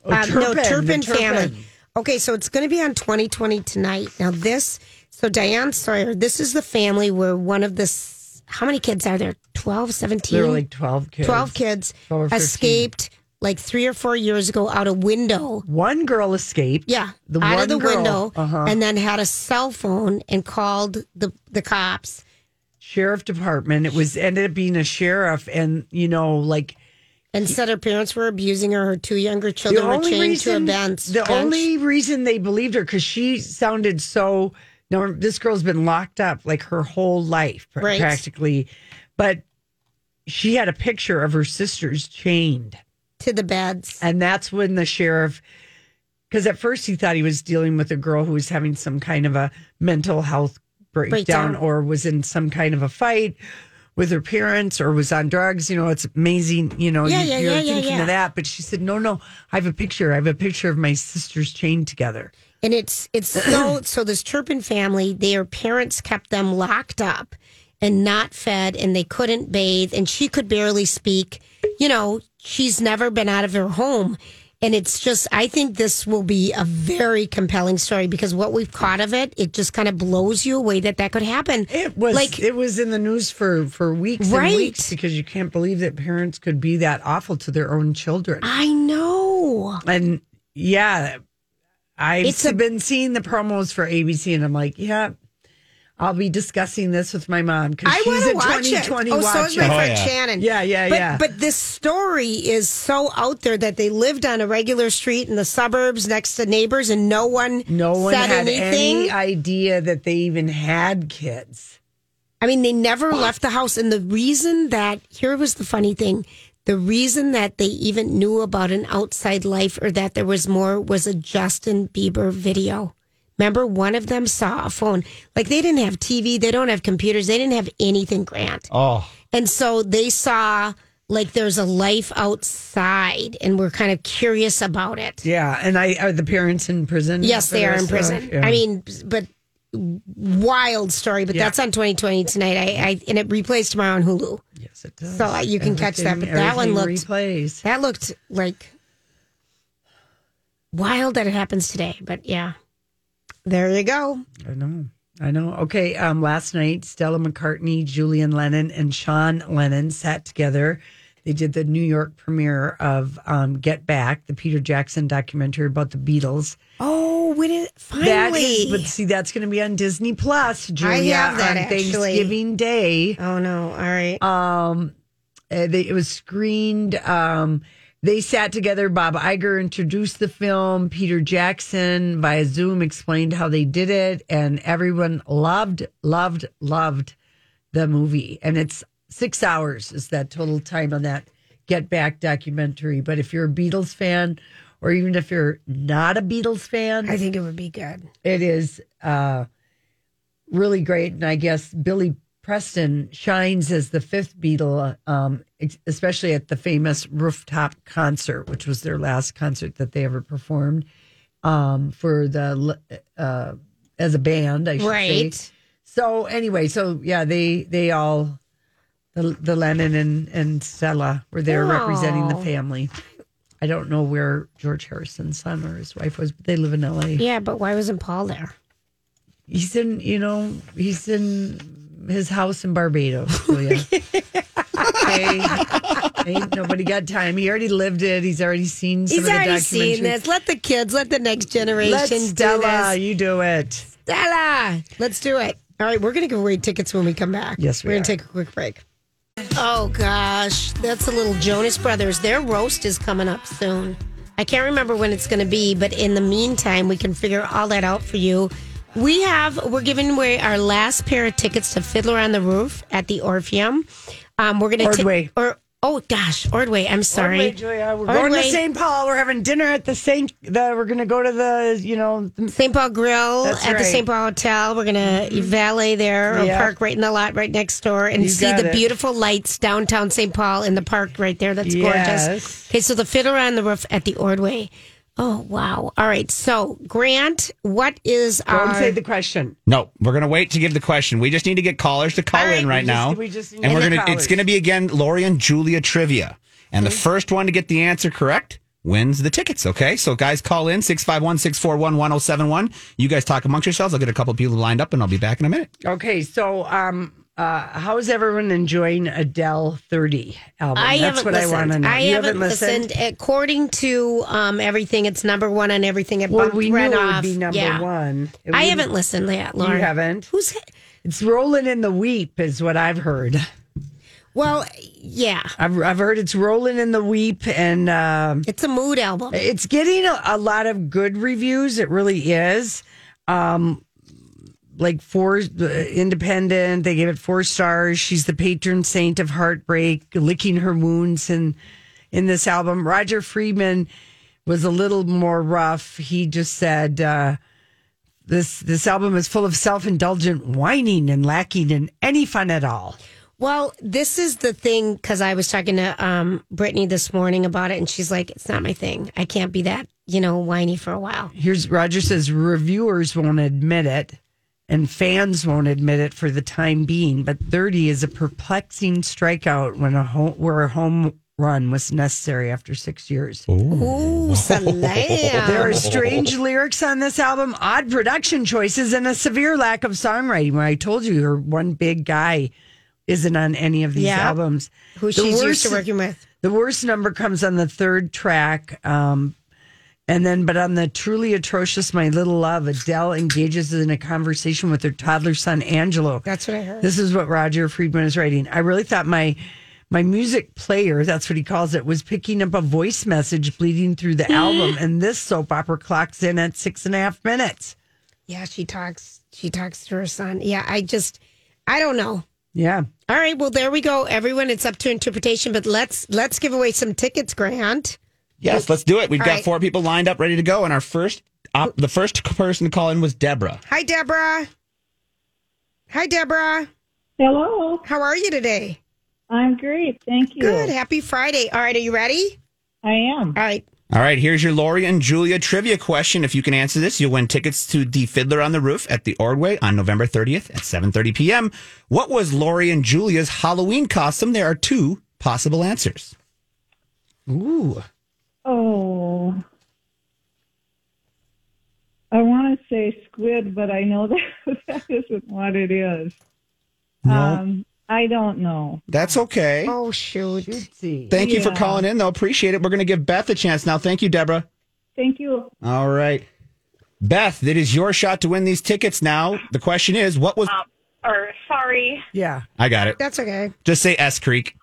Speaker 3: Oh,
Speaker 2: Um,
Speaker 3: Turpin,
Speaker 2: no,
Speaker 3: the
Speaker 2: Turpin,
Speaker 3: Turpin.
Speaker 2: family. Okay, so it's going to be on 2020 tonight. Now this, so Diane Sawyer, this is the family where one of the s- how many kids are there? 12, 17?
Speaker 3: There were like 12 kids.
Speaker 2: 12 kids
Speaker 3: 12 or 15.
Speaker 2: escaped like 3 or 4 years ago out a window.
Speaker 3: One girl escaped.
Speaker 2: Yeah,
Speaker 3: The
Speaker 2: out
Speaker 3: one
Speaker 2: of the
Speaker 3: girl.
Speaker 2: window
Speaker 3: Uh-huh.
Speaker 2: and then had a cell phone and called the the cops.
Speaker 3: sheriff department. It was ended up being a sheriff, and you know, like
Speaker 2: and said her parents were abusing her. Her two younger
Speaker 3: the
Speaker 2: children were
Speaker 3: only
Speaker 2: chained
Speaker 3: reason
Speaker 2: to a bench.
Speaker 3: the
Speaker 2: bench.
Speaker 3: only reason they believed her because she sounded so. Now this girl's been locked up like her whole life, pr-
Speaker 2: Right.
Speaker 3: practically, but she had a picture of her sisters chained,
Speaker 2: to the beds.
Speaker 3: and that's when the sheriff. Because at first he thought he was dealing with a girl who was having some kind of a mental health breakdown
Speaker 2: Breakdown.
Speaker 3: or was in some kind of a fight with her parents or was on drugs. You know, it's amazing. You know,
Speaker 2: Yeah,
Speaker 3: you,
Speaker 2: yeah,
Speaker 3: you're
Speaker 2: yeah, yeah,
Speaker 3: thinking
Speaker 2: yeah.
Speaker 3: of that. But she said, no, no, I have a picture. I have a picture of my sisters chained together.
Speaker 2: And it's it's so so this Turpin family, their parents kept them locked up and not fed and they couldn't bathe and she could barely speak. You know, she's never been out of her home. And it's just I think this will be a very compelling story because what we've caught of it, it just kind of blows you away that that could happen.
Speaker 3: It was
Speaker 2: like
Speaker 3: like it was in the news for for weeks
Speaker 2: Right.
Speaker 3: and weeks because you can't believe that parents could be that awful to their own children.
Speaker 2: I know.
Speaker 3: and yeah, I've
Speaker 2: It's a-
Speaker 3: been seeing the promos for ABC, and I'm like, yeah, I'll be discussing this with my mom because
Speaker 2: I
Speaker 3: she's
Speaker 2: want
Speaker 3: a
Speaker 2: to watch
Speaker 3: 2020
Speaker 2: it. Oh,
Speaker 3: watch.
Speaker 2: so is my
Speaker 3: it.
Speaker 2: friend Shannon.
Speaker 3: Yeah, yeah,
Speaker 2: but,
Speaker 3: yeah.
Speaker 2: But this story is so out there that they lived on a regular street in the suburbs next to neighbors, and no one
Speaker 3: no one
Speaker 2: said
Speaker 3: had
Speaker 2: anything.
Speaker 3: any idea that they even had kids.
Speaker 2: I mean, they never left the house, and the reason that here was the funny thing. The reason that they even knew about an outside life or that there was more was a Justin Bieber video. Remember, one of them saw a phone. Like, they didn't have TV, they don't have computers, they didn't have anything, Grant.
Speaker 1: Oh,
Speaker 2: And so they saw like there's a life outside and we're kind of curious about it.
Speaker 3: Yeah, and I are the parents in prison. uh,
Speaker 2: Yes,
Speaker 3: for
Speaker 2: they
Speaker 3: the
Speaker 2: are
Speaker 3: rest
Speaker 2: in
Speaker 3: of their
Speaker 2: prison.
Speaker 3: life? Yeah.
Speaker 2: I mean, but wild story, but
Speaker 3: Yeah.
Speaker 2: that's on 2020 tonight. I, I and it replays tomorrow on Hulu.
Speaker 3: yes, it does.
Speaker 2: So uh, you can catch that, but
Speaker 3: Everything-
Speaker 2: that one
Speaker 3: everything
Speaker 2: looked
Speaker 3: replays.
Speaker 2: that looked like wild that it happens today, but yeah. There you go.
Speaker 3: I know. I know. Okay. Um, last night, Stella McCartney, Julian Lennon, and Sean Lennon sat together. They did the New York premiere of um, Get Back, the Peter Jackson documentary about the Beatles.
Speaker 2: Oh, when it finally
Speaker 3: That is, but see, that's going to be on Disney Plus, Julia,
Speaker 2: have that,
Speaker 3: on
Speaker 2: actually.
Speaker 3: Thanksgiving Day.
Speaker 2: Oh no. All right.
Speaker 3: Um, uh, they, it was screened. Um, they sat together. Bob Iger introduced the film. Peter Jackson via Zoom explained how they did it, and everyone loved, loved, loved the movie. And it's six hours is that total time on that Get Back documentary. But if you're a Beatles fan, or even if you're not a Beatles fan,
Speaker 2: I think it would be good.
Speaker 3: it is uh, really great. And I guess Billy Preston shines as the fifth Beatle, um, ex- especially at the famous rooftop concert, which was their last concert that they ever performed um, for the uh, as a band, I should say.
Speaker 2: Right.
Speaker 3: So anyway, so yeah, they they all the the Lennon and and Stella were there representing the
Speaker 2: Oh.
Speaker 3: family. I don't know where George Harrison's son or his wife was, but they live in L.A.
Speaker 2: Yeah, but why wasn't Paul there?
Speaker 3: He's in, you know, he's in his house in Barbados. Julia. okay. Ain't nobody got time. He already lived it. He's already seen some
Speaker 2: He's
Speaker 3: of the
Speaker 2: already seen
Speaker 3: documentaries.
Speaker 2: this. Let the kids, let the next generation
Speaker 3: Let Stella,
Speaker 2: do this.
Speaker 3: you do it.
Speaker 2: Stella, let's do it. All right, we're going to give away tickets when we come back.
Speaker 3: Yes, we
Speaker 2: We're
Speaker 3: are.
Speaker 2: going to take a quick break. Oh, gosh. That's a little Jonas Brothers. Their roast is coming up soon. I can't remember when it's going to be, but in the meantime, we can figure all that out for you. We have, we're giving away our last pair of tickets to Fiddler on the Roof at the Orpheum. Um, we're going to
Speaker 3: Ordway.
Speaker 2: or Oh, gosh. Ordway, I'm sorry.
Speaker 3: Ordway, Julia, we're going to
Speaker 2: Ordway.
Speaker 3: St. Paul. We're having dinner at the St. The, we're going to go to the, you know,
Speaker 2: St. Paul Grill
Speaker 3: That's
Speaker 2: at the
Speaker 3: right.
Speaker 2: St. Paul Hotel. We're going to valet there or
Speaker 3: Yeah.
Speaker 2: park right in the lot right next door and
Speaker 3: You
Speaker 2: see
Speaker 3: got
Speaker 2: the
Speaker 3: it.
Speaker 2: beautiful lights downtown St. Paul in the park right there. That's
Speaker 3: Yes.
Speaker 2: gorgeous. Okay, so the fiddler on the roof at the Ordway. Oh, wow. All right. So, Grant, what is
Speaker 3: Don't
Speaker 2: our.
Speaker 3: say the question.
Speaker 1: No, we're going to wait to give the question. We just need to get callers to call
Speaker 3: All right,
Speaker 1: in right
Speaker 3: we just-
Speaker 1: now.
Speaker 3: we just need
Speaker 1: and we're
Speaker 3: the
Speaker 1: going to
Speaker 3: callers. Mm-hmm.
Speaker 1: it's going to be again Lori and Julia trivia. And the first one to get the answer correct wins the tickets, okay? So guys call in 651-641-1071. You guys talk amongst yourselves. I'll get a couple people lined up and I'll be back in a minute.
Speaker 3: Okay, so um, uh, how's everyone enjoying Adele 30 album?
Speaker 2: I
Speaker 3: That's
Speaker 2: haven't
Speaker 3: what
Speaker 2: listened.
Speaker 3: I want to know.
Speaker 2: I
Speaker 3: You
Speaker 2: haven't, listened. According to um, everything, it's number one on everything. It
Speaker 3: Well,
Speaker 2: bumped
Speaker 3: we knew
Speaker 2: right
Speaker 3: it would
Speaker 2: off.
Speaker 3: be number
Speaker 2: Yeah.
Speaker 3: one. It
Speaker 2: I
Speaker 3: wouldn't-
Speaker 2: haven't listened yet,
Speaker 3: You
Speaker 2: Lauren.
Speaker 3: haven't?
Speaker 2: Who's.
Speaker 3: It's rolling in the weep, is what I've heard.
Speaker 2: Well, yeah.
Speaker 3: I've, I've heard it's rolling in the weep, and um,
Speaker 2: It's a mood album.
Speaker 3: it's getting a, a lot of good reviews. It really is. Um, like four uh, independent, they gave it four stars. She's the patron saint of heartbreak, licking her wounds, and in this album, Roger Friedman was a little more rough. He just said. Uh, this this album is full of self indulgent whining and lacking in any fun at all.
Speaker 2: Well, this is the thing because I was talking to um, Brittany this morning about it, and she's like, "It's not my thing. I can't be that, you know, whiny for a while."
Speaker 3: Here's Roger says reviewers won't admit it and fans won't admit it for the time being, but 30 is a perplexing strikeout when a home, where a home run was necessary after 6 years.
Speaker 2: Ooh, salam.
Speaker 3: There are strange lyrics on this album, odd production choices and a severe lack of songwriting. Where I told you her one big guy isn't on any of these
Speaker 2: Yeah.
Speaker 3: albums.
Speaker 2: who
Speaker 3: The
Speaker 2: she's used to
Speaker 3: worst-
Speaker 2: working with.
Speaker 3: the worst number comes on the third track. Um, and then, but on the truly atrocious My Little Love, Adele engages in a conversation with her toddler son, Angelo.
Speaker 2: That's what I heard.
Speaker 3: This is what Roger Friedman is writing. I really thought my. My music player, that's what he calls it, was picking up a voice message bleeding through the album, and this soap opera clocks in at six and a half minutes.
Speaker 2: Yeah, she talks. She talks to her son. Yeah, I just, I don't know.
Speaker 3: Yeah.
Speaker 2: All right, well, there we go, everyone. It's up to interpretation, but let's let's give away some tickets, Grant.
Speaker 1: Yes, let's do it. We've
Speaker 2: All
Speaker 1: got
Speaker 2: right.
Speaker 1: four people lined up ready to go and our first op- the first person to call in was Deborah.
Speaker 2: Hi, Deborah. Hi, Deborah.
Speaker 13: Hello.
Speaker 2: How are you today?
Speaker 13: I'm great. Thank you.
Speaker 2: Good. Happy Friday. All right, are you ready?
Speaker 13: I am. All
Speaker 2: right.
Speaker 1: All right, here's your Lori and Julia trivia question. If you can answer this, you'll win tickets to The Fiddler on the Roof at the Ordway on November 30th at 7:30 p.m. What was Lori and Julia's Halloween costume? There are two possible answers.
Speaker 3: Ooh.
Speaker 13: Oh. I want to say squid, but I know that that isn't what it is.
Speaker 1: No.
Speaker 13: Um, I don't know.
Speaker 1: That's okay.
Speaker 2: Oh shoot.
Speaker 1: Thank you for
Speaker 13: Yeah.
Speaker 1: calling in, though. Appreciate it. We're going to give Beth a chance now. Thank you, Deborah.
Speaker 13: Thank you.
Speaker 1: All right. Beth, it is your shot to win these tickets now. The question is, what was
Speaker 13: Um,
Speaker 14: or sorry,
Speaker 3: Yeah.
Speaker 1: I got it.
Speaker 2: That's okay.
Speaker 1: Just say S Creek,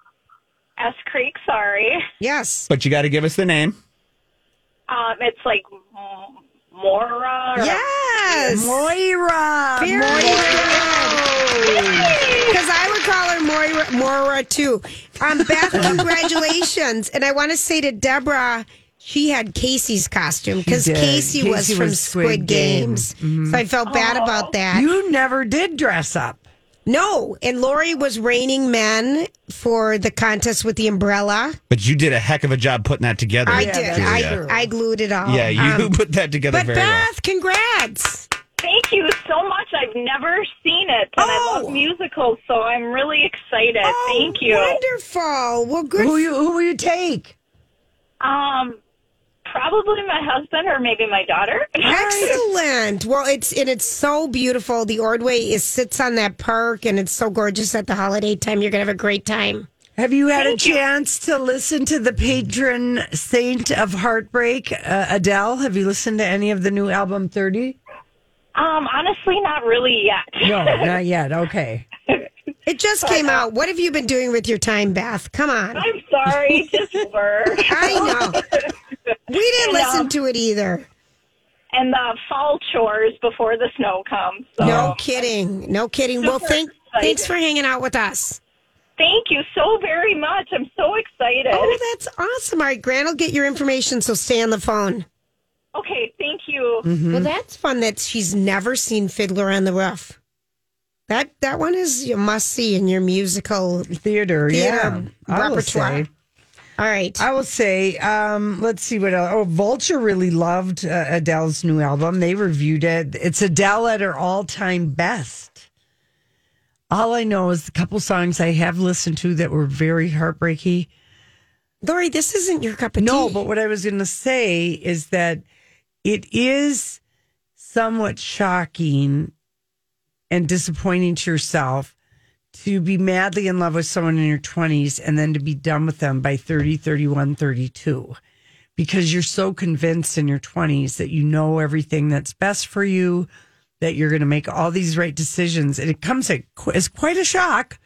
Speaker 14: S Creek, sorry.
Speaker 2: Yes.
Speaker 1: but you got to give us the name.
Speaker 14: Um, it's like M- Mora. Or
Speaker 2: Yes.
Speaker 3: Moira.
Speaker 2: Because I would call her Moira, Moira too. Um, Beth, congratulations. And I want to say to Deborah, she had Casey's costume because
Speaker 3: She did.
Speaker 2: Casey, was
Speaker 3: Casey
Speaker 2: from
Speaker 3: was
Speaker 2: Squid,
Speaker 3: Squid
Speaker 2: Games.
Speaker 3: Game. Mhm.
Speaker 2: So I felt bad about that.
Speaker 3: You never did dress up.
Speaker 2: no. And Lori was reigning men for the contest with the umbrella.
Speaker 1: But you did a heck of a job putting that together.
Speaker 2: I did. I,
Speaker 1: Julia.
Speaker 2: I glued it all.
Speaker 1: yeah, you
Speaker 2: Um,
Speaker 1: put that together
Speaker 2: but
Speaker 1: very well.
Speaker 2: Beth, congrats.
Speaker 14: Thank you so much. I've never seen it, and
Speaker 2: Oh.
Speaker 14: I love musicals, so I'm really excited. Thank you.
Speaker 2: Wonderful. Well, good.
Speaker 3: Who you who will you take?
Speaker 14: Um, Probably my husband or maybe my daughter.
Speaker 2: Excellent. Well, it's and it's so beautiful. The Ordway is sits on that park, and it's so gorgeous at the holiday time. You're gonna have a great time.
Speaker 3: Have you had a chance to listen to the patron saint of heartbreak, uh, Adele? Have you listened to any of the new album 30?
Speaker 14: Um, honestly, not really yet.
Speaker 3: No, not yet. Okay.
Speaker 2: It just came out. What have you been doing with your time, Beth? Come on.
Speaker 14: I'm sorry, just work.
Speaker 2: I know. We didn't
Speaker 14: And,
Speaker 2: listen
Speaker 14: um,
Speaker 2: to it either.
Speaker 14: And the fall chores before the snow comes. So.
Speaker 2: No kidding. No kidding. Well,
Speaker 14: Oh. Super
Speaker 2: thank,
Speaker 14: excited.
Speaker 2: thanks for hanging out with us.
Speaker 14: Thank you so very much. I'm so excited.
Speaker 2: Oh, that's awesome. All right, Grant will get your information, so stay on the phone.
Speaker 14: Okay, thank you.
Speaker 3: Mm-hmm.
Speaker 2: Well, that's fun that she's never seen Fiddler on the Roof. That that one is you must see in your musical
Speaker 3: theater, yeah. I will
Speaker 2: repertoire.
Speaker 3: say.
Speaker 2: All right.
Speaker 3: I will say, um, let's see what else. Oh, Vulture really loved uh, Adele's new album. They reviewed it. It's Adele at her all time best. All I know is the couple songs I have listened to that were very heartbreaky.
Speaker 2: Lori, this isn't your cup of
Speaker 3: No,
Speaker 2: tea.
Speaker 3: but what I was going to say is that it is somewhat shocking and disappointing to yourself to be madly in love with someone in your 20s and then to be done with them by 30, 31, 32 because you're so convinced in your 20s that you know everything that's best for you, that you're going to make all these right decisions. And it comes at, as quite a shock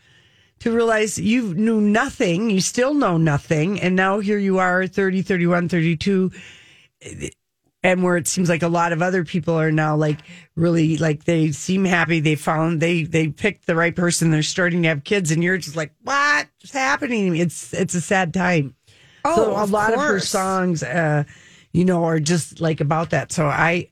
Speaker 3: to realize you knew nothing, you still know nothing. And now here you are, 30, 31, 32 and where it seems like a lot of other people are now like really like they seem happy they found they they picked the right person they're starting to have kids and you're just like what's happening it's it's a sad time
Speaker 2: Oh,
Speaker 3: so a
Speaker 2: of
Speaker 3: lot of her
Speaker 2: course.
Speaker 3: songs uh you know are just like about that so i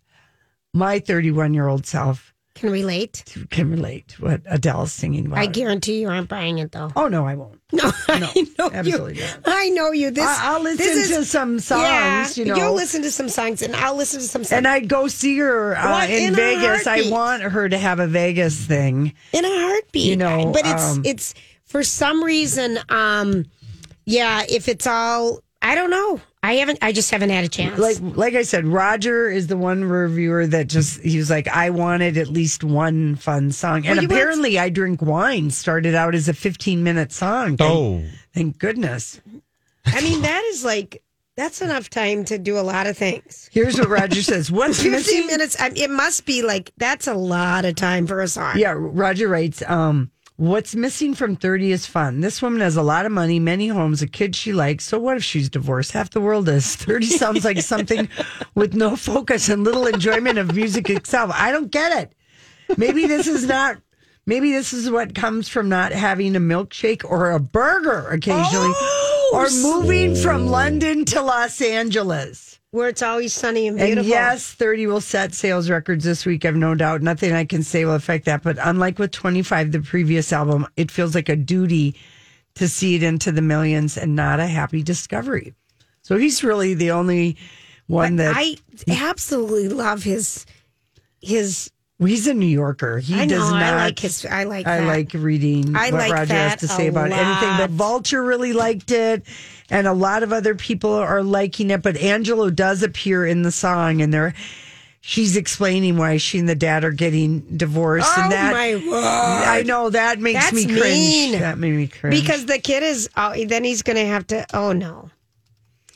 Speaker 3: my 31 year old self
Speaker 2: Can relate.
Speaker 3: can relate to what adele's singing about
Speaker 2: I guarantee you aren't buying it though.
Speaker 3: oh no i won't
Speaker 2: No, I know
Speaker 3: absolutely
Speaker 2: you.
Speaker 3: not.
Speaker 2: I know you. This
Speaker 3: I- I'll listen
Speaker 2: this is,
Speaker 3: to some songs,
Speaker 2: Yeah,
Speaker 3: you know.
Speaker 2: will listen to some songs, and I'll listen to some songs.
Speaker 3: and i'd go see her uh,
Speaker 2: What,
Speaker 3: in,
Speaker 2: in a
Speaker 3: vegas i
Speaker 2: heartbeat.
Speaker 3: want her to have a vegas thing
Speaker 2: in a heartbeat.
Speaker 3: You know,
Speaker 2: but it's
Speaker 3: um,
Speaker 2: it's for some reason, um, yeah. If it's all, I don't know. I haven't. I just haven't had a chance.
Speaker 3: like like I said, Roger is the one reviewer that just he was like, I wanted at least one fun song, and
Speaker 2: Well, you want-
Speaker 3: apparently, I drink wine started out as a fifteen minute song. Thank-
Speaker 1: Oh.
Speaker 3: thank goodness.
Speaker 2: I mean, that is like that's enough time to do a lot of things.
Speaker 3: Here's what Roger says: What's
Speaker 2: Fifteen
Speaker 3: missing?
Speaker 2: minutes. I, it must be like that's a lot of time for a song.
Speaker 3: Yeah, Roger writes, um, what's missing from 30 is fun. This woman has a lot of money, many homes, a kid she likes. So what if she's divorced? Half the world is. 30 sounds like something with no focus and little enjoyment of music itself. I don't get it. Maybe this is not Maybe this is what comes from not having a milkshake or a burger occasionally, or moving from London to Los Angeles.
Speaker 2: where it's always sunny and beautiful.
Speaker 3: And yes, 30 will set sales records this week. I've no doubt. Nothing I can say will affect that. But unlike with 25, the previous album, it feels like a duty to see it into the millions and not a happy discovery. So he's really the only one that
Speaker 2: I absolutely love his his.
Speaker 3: well, he's a New Yorker. He
Speaker 2: I know.
Speaker 3: does not.
Speaker 2: I like his. I like.
Speaker 3: I
Speaker 2: that.
Speaker 3: like reading
Speaker 2: I
Speaker 3: what
Speaker 2: like
Speaker 3: Roger has
Speaker 2: that
Speaker 3: to say
Speaker 2: a
Speaker 3: about anything. But
Speaker 2: lot.
Speaker 3: Vulture really liked it, and a lot of other people are liking it. But Angelo does appear in the song, and there she's explaining why she and the dad are getting divorced.
Speaker 2: Oh,
Speaker 3: and that
Speaker 2: my word.
Speaker 3: I know that makes
Speaker 2: That's
Speaker 3: me cringe.
Speaker 2: mean.
Speaker 3: That made me cringe
Speaker 2: because the kid is oh, then he's gonna have to oh no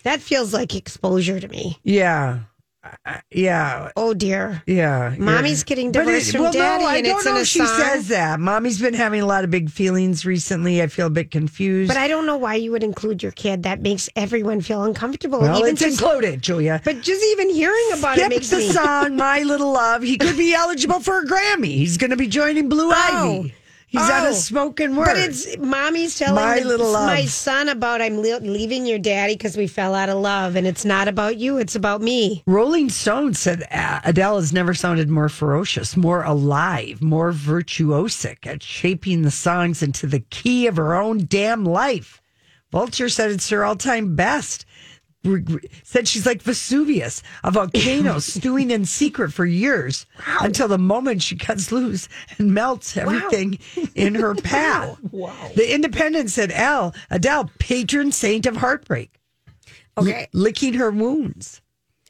Speaker 2: that feels like exposure to me
Speaker 3: yeah, I- yeah.
Speaker 2: oh dear
Speaker 3: Yeah, yeah.
Speaker 2: Mommy's getting
Speaker 3: But
Speaker 2: divorced from daddy
Speaker 3: I
Speaker 2: and
Speaker 3: don't
Speaker 2: it's
Speaker 3: know
Speaker 2: in a
Speaker 3: if she
Speaker 2: song.
Speaker 3: says that. Mommy's been having a lot of big feelings recently. I feel a bit confused.
Speaker 2: but i don't know why you would include your kid that makes everyone feel uncomfortable
Speaker 3: well,
Speaker 2: even
Speaker 3: it's
Speaker 2: just,
Speaker 3: included, Julia.
Speaker 2: but just even hearing about it
Speaker 3: Skip
Speaker 2: makes
Speaker 3: the
Speaker 2: me
Speaker 3: song "My Little Love." He could be eligible for a Grammy. He's going to be joining Blue
Speaker 2: Oh.
Speaker 3: Ivy. He's out
Speaker 2: Oh.
Speaker 3: of spoken word.
Speaker 2: but it's mommy's telling
Speaker 3: My
Speaker 2: the-
Speaker 3: little love.
Speaker 2: my son about i'm le- leaving your daddy because we fell out of love and it's not about you it's about me
Speaker 3: Rolling Stone said uh, Adele has never sounded more ferocious, more alive, more virtuosic at shaping the songs into the key of her own damn life. Vulture said it's her all-time best. Re- re- Said she's like Vesuvius, a volcano stewing in secret for years until the moment she cuts loose and melts everything in her path. wow. The Independent said Al Adele, patron saint of heartbreak,
Speaker 2: okay
Speaker 3: licking her wounds.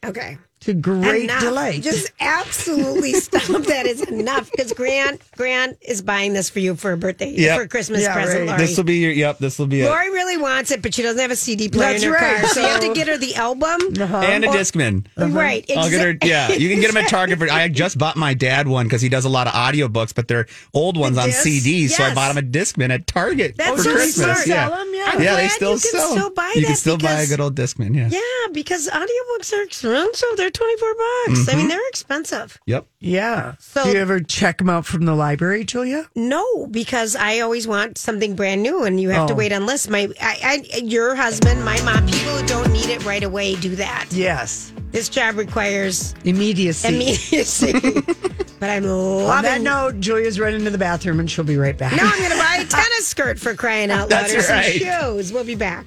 Speaker 2: Okay.
Speaker 3: To great
Speaker 2: Enough.
Speaker 3: delight.
Speaker 2: Just absolutely stop. that is enough. Because Grant, Grant is buying this for you for a birthday,
Speaker 1: Yep.
Speaker 2: for a Christmas
Speaker 3: Yeah,
Speaker 2: present,
Speaker 3: right.
Speaker 2: Lori.
Speaker 1: This will be your. Yep, this will be it.
Speaker 2: Lori really wants it, but she doesn't have a CD player
Speaker 3: That's
Speaker 2: in her
Speaker 3: right,
Speaker 2: car, so you have
Speaker 3: so-
Speaker 2: to
Speaker 3: Uh-huh.
Speaker 2: get her the album
Speaker 1: and a
Speaker 2: Or-
Speaker 1: Discman.
Speaker 2: uh, Right,
Speaker 1: I'll get her.
Speaker 2: exa-
Speaker 1: Yeah, you can get them at Target. For, I just bought my dad one because he does a lot of audiobooks, but they're old ones on
Speaker 2: discs?
Speaker 1: CDs. So I
Speaker 2: Yes.
Speaker 1: bought him a Discman at Target
Speaker 2: That's
Speaker 1: for
Speaker 2: so
Speaker 1: Christmas.
Speaker 2: smart.
Speaker 1: Yeah,
Speaker 2: Sell 'em, yeah.
Speaker 1: yeah,
Speaker 2: I'm
Speaker 1: they
Speaker 2: glad
Speaker 1: still
Speaker 2: you can
Speaker 1: sell. 'em.
Speaker 2: still buy
Speaker 1: you can
Speaker 2: that
Speaker 1: still buy a
Speaker 2: because-
Speaker 1: good old Discman. Yeah.
Speaker 2: Yeah, because audiobooks are expensive. They're 24 bucks. I
Speaker 1: Mm-hmm.
Speaker 2: mean, they're expensive.
Speaker 1: Yep.
Speaker 3: Yeah.
Speaker 2: So-
Speaker 3: Do you ever check them out from the library, Julia?
Speaker 2: No, because I always want something brand new, and you have to
Speaker 3: Oh.
Speaker 2: wait on lists. My, I, I, your husband, my mom, people who don't need it right away do that.
Speaker 3: Yes.
Speaker 2: This job requires
Speaker 3: Immediacy.
Speaker 2: immediacy. but I'm
Speaker 3: On that
Speaker 2: loving. No,
Speaker 3: note, Julia's running to the bathroom and she'll be right back.
Speaker 2: now I'm going to buy a tennis skirt for crying out loud
Speaker 3: That's
Speaker 2: or some
Speaker 3: right.
Speaker 2: shoes. We'll be back.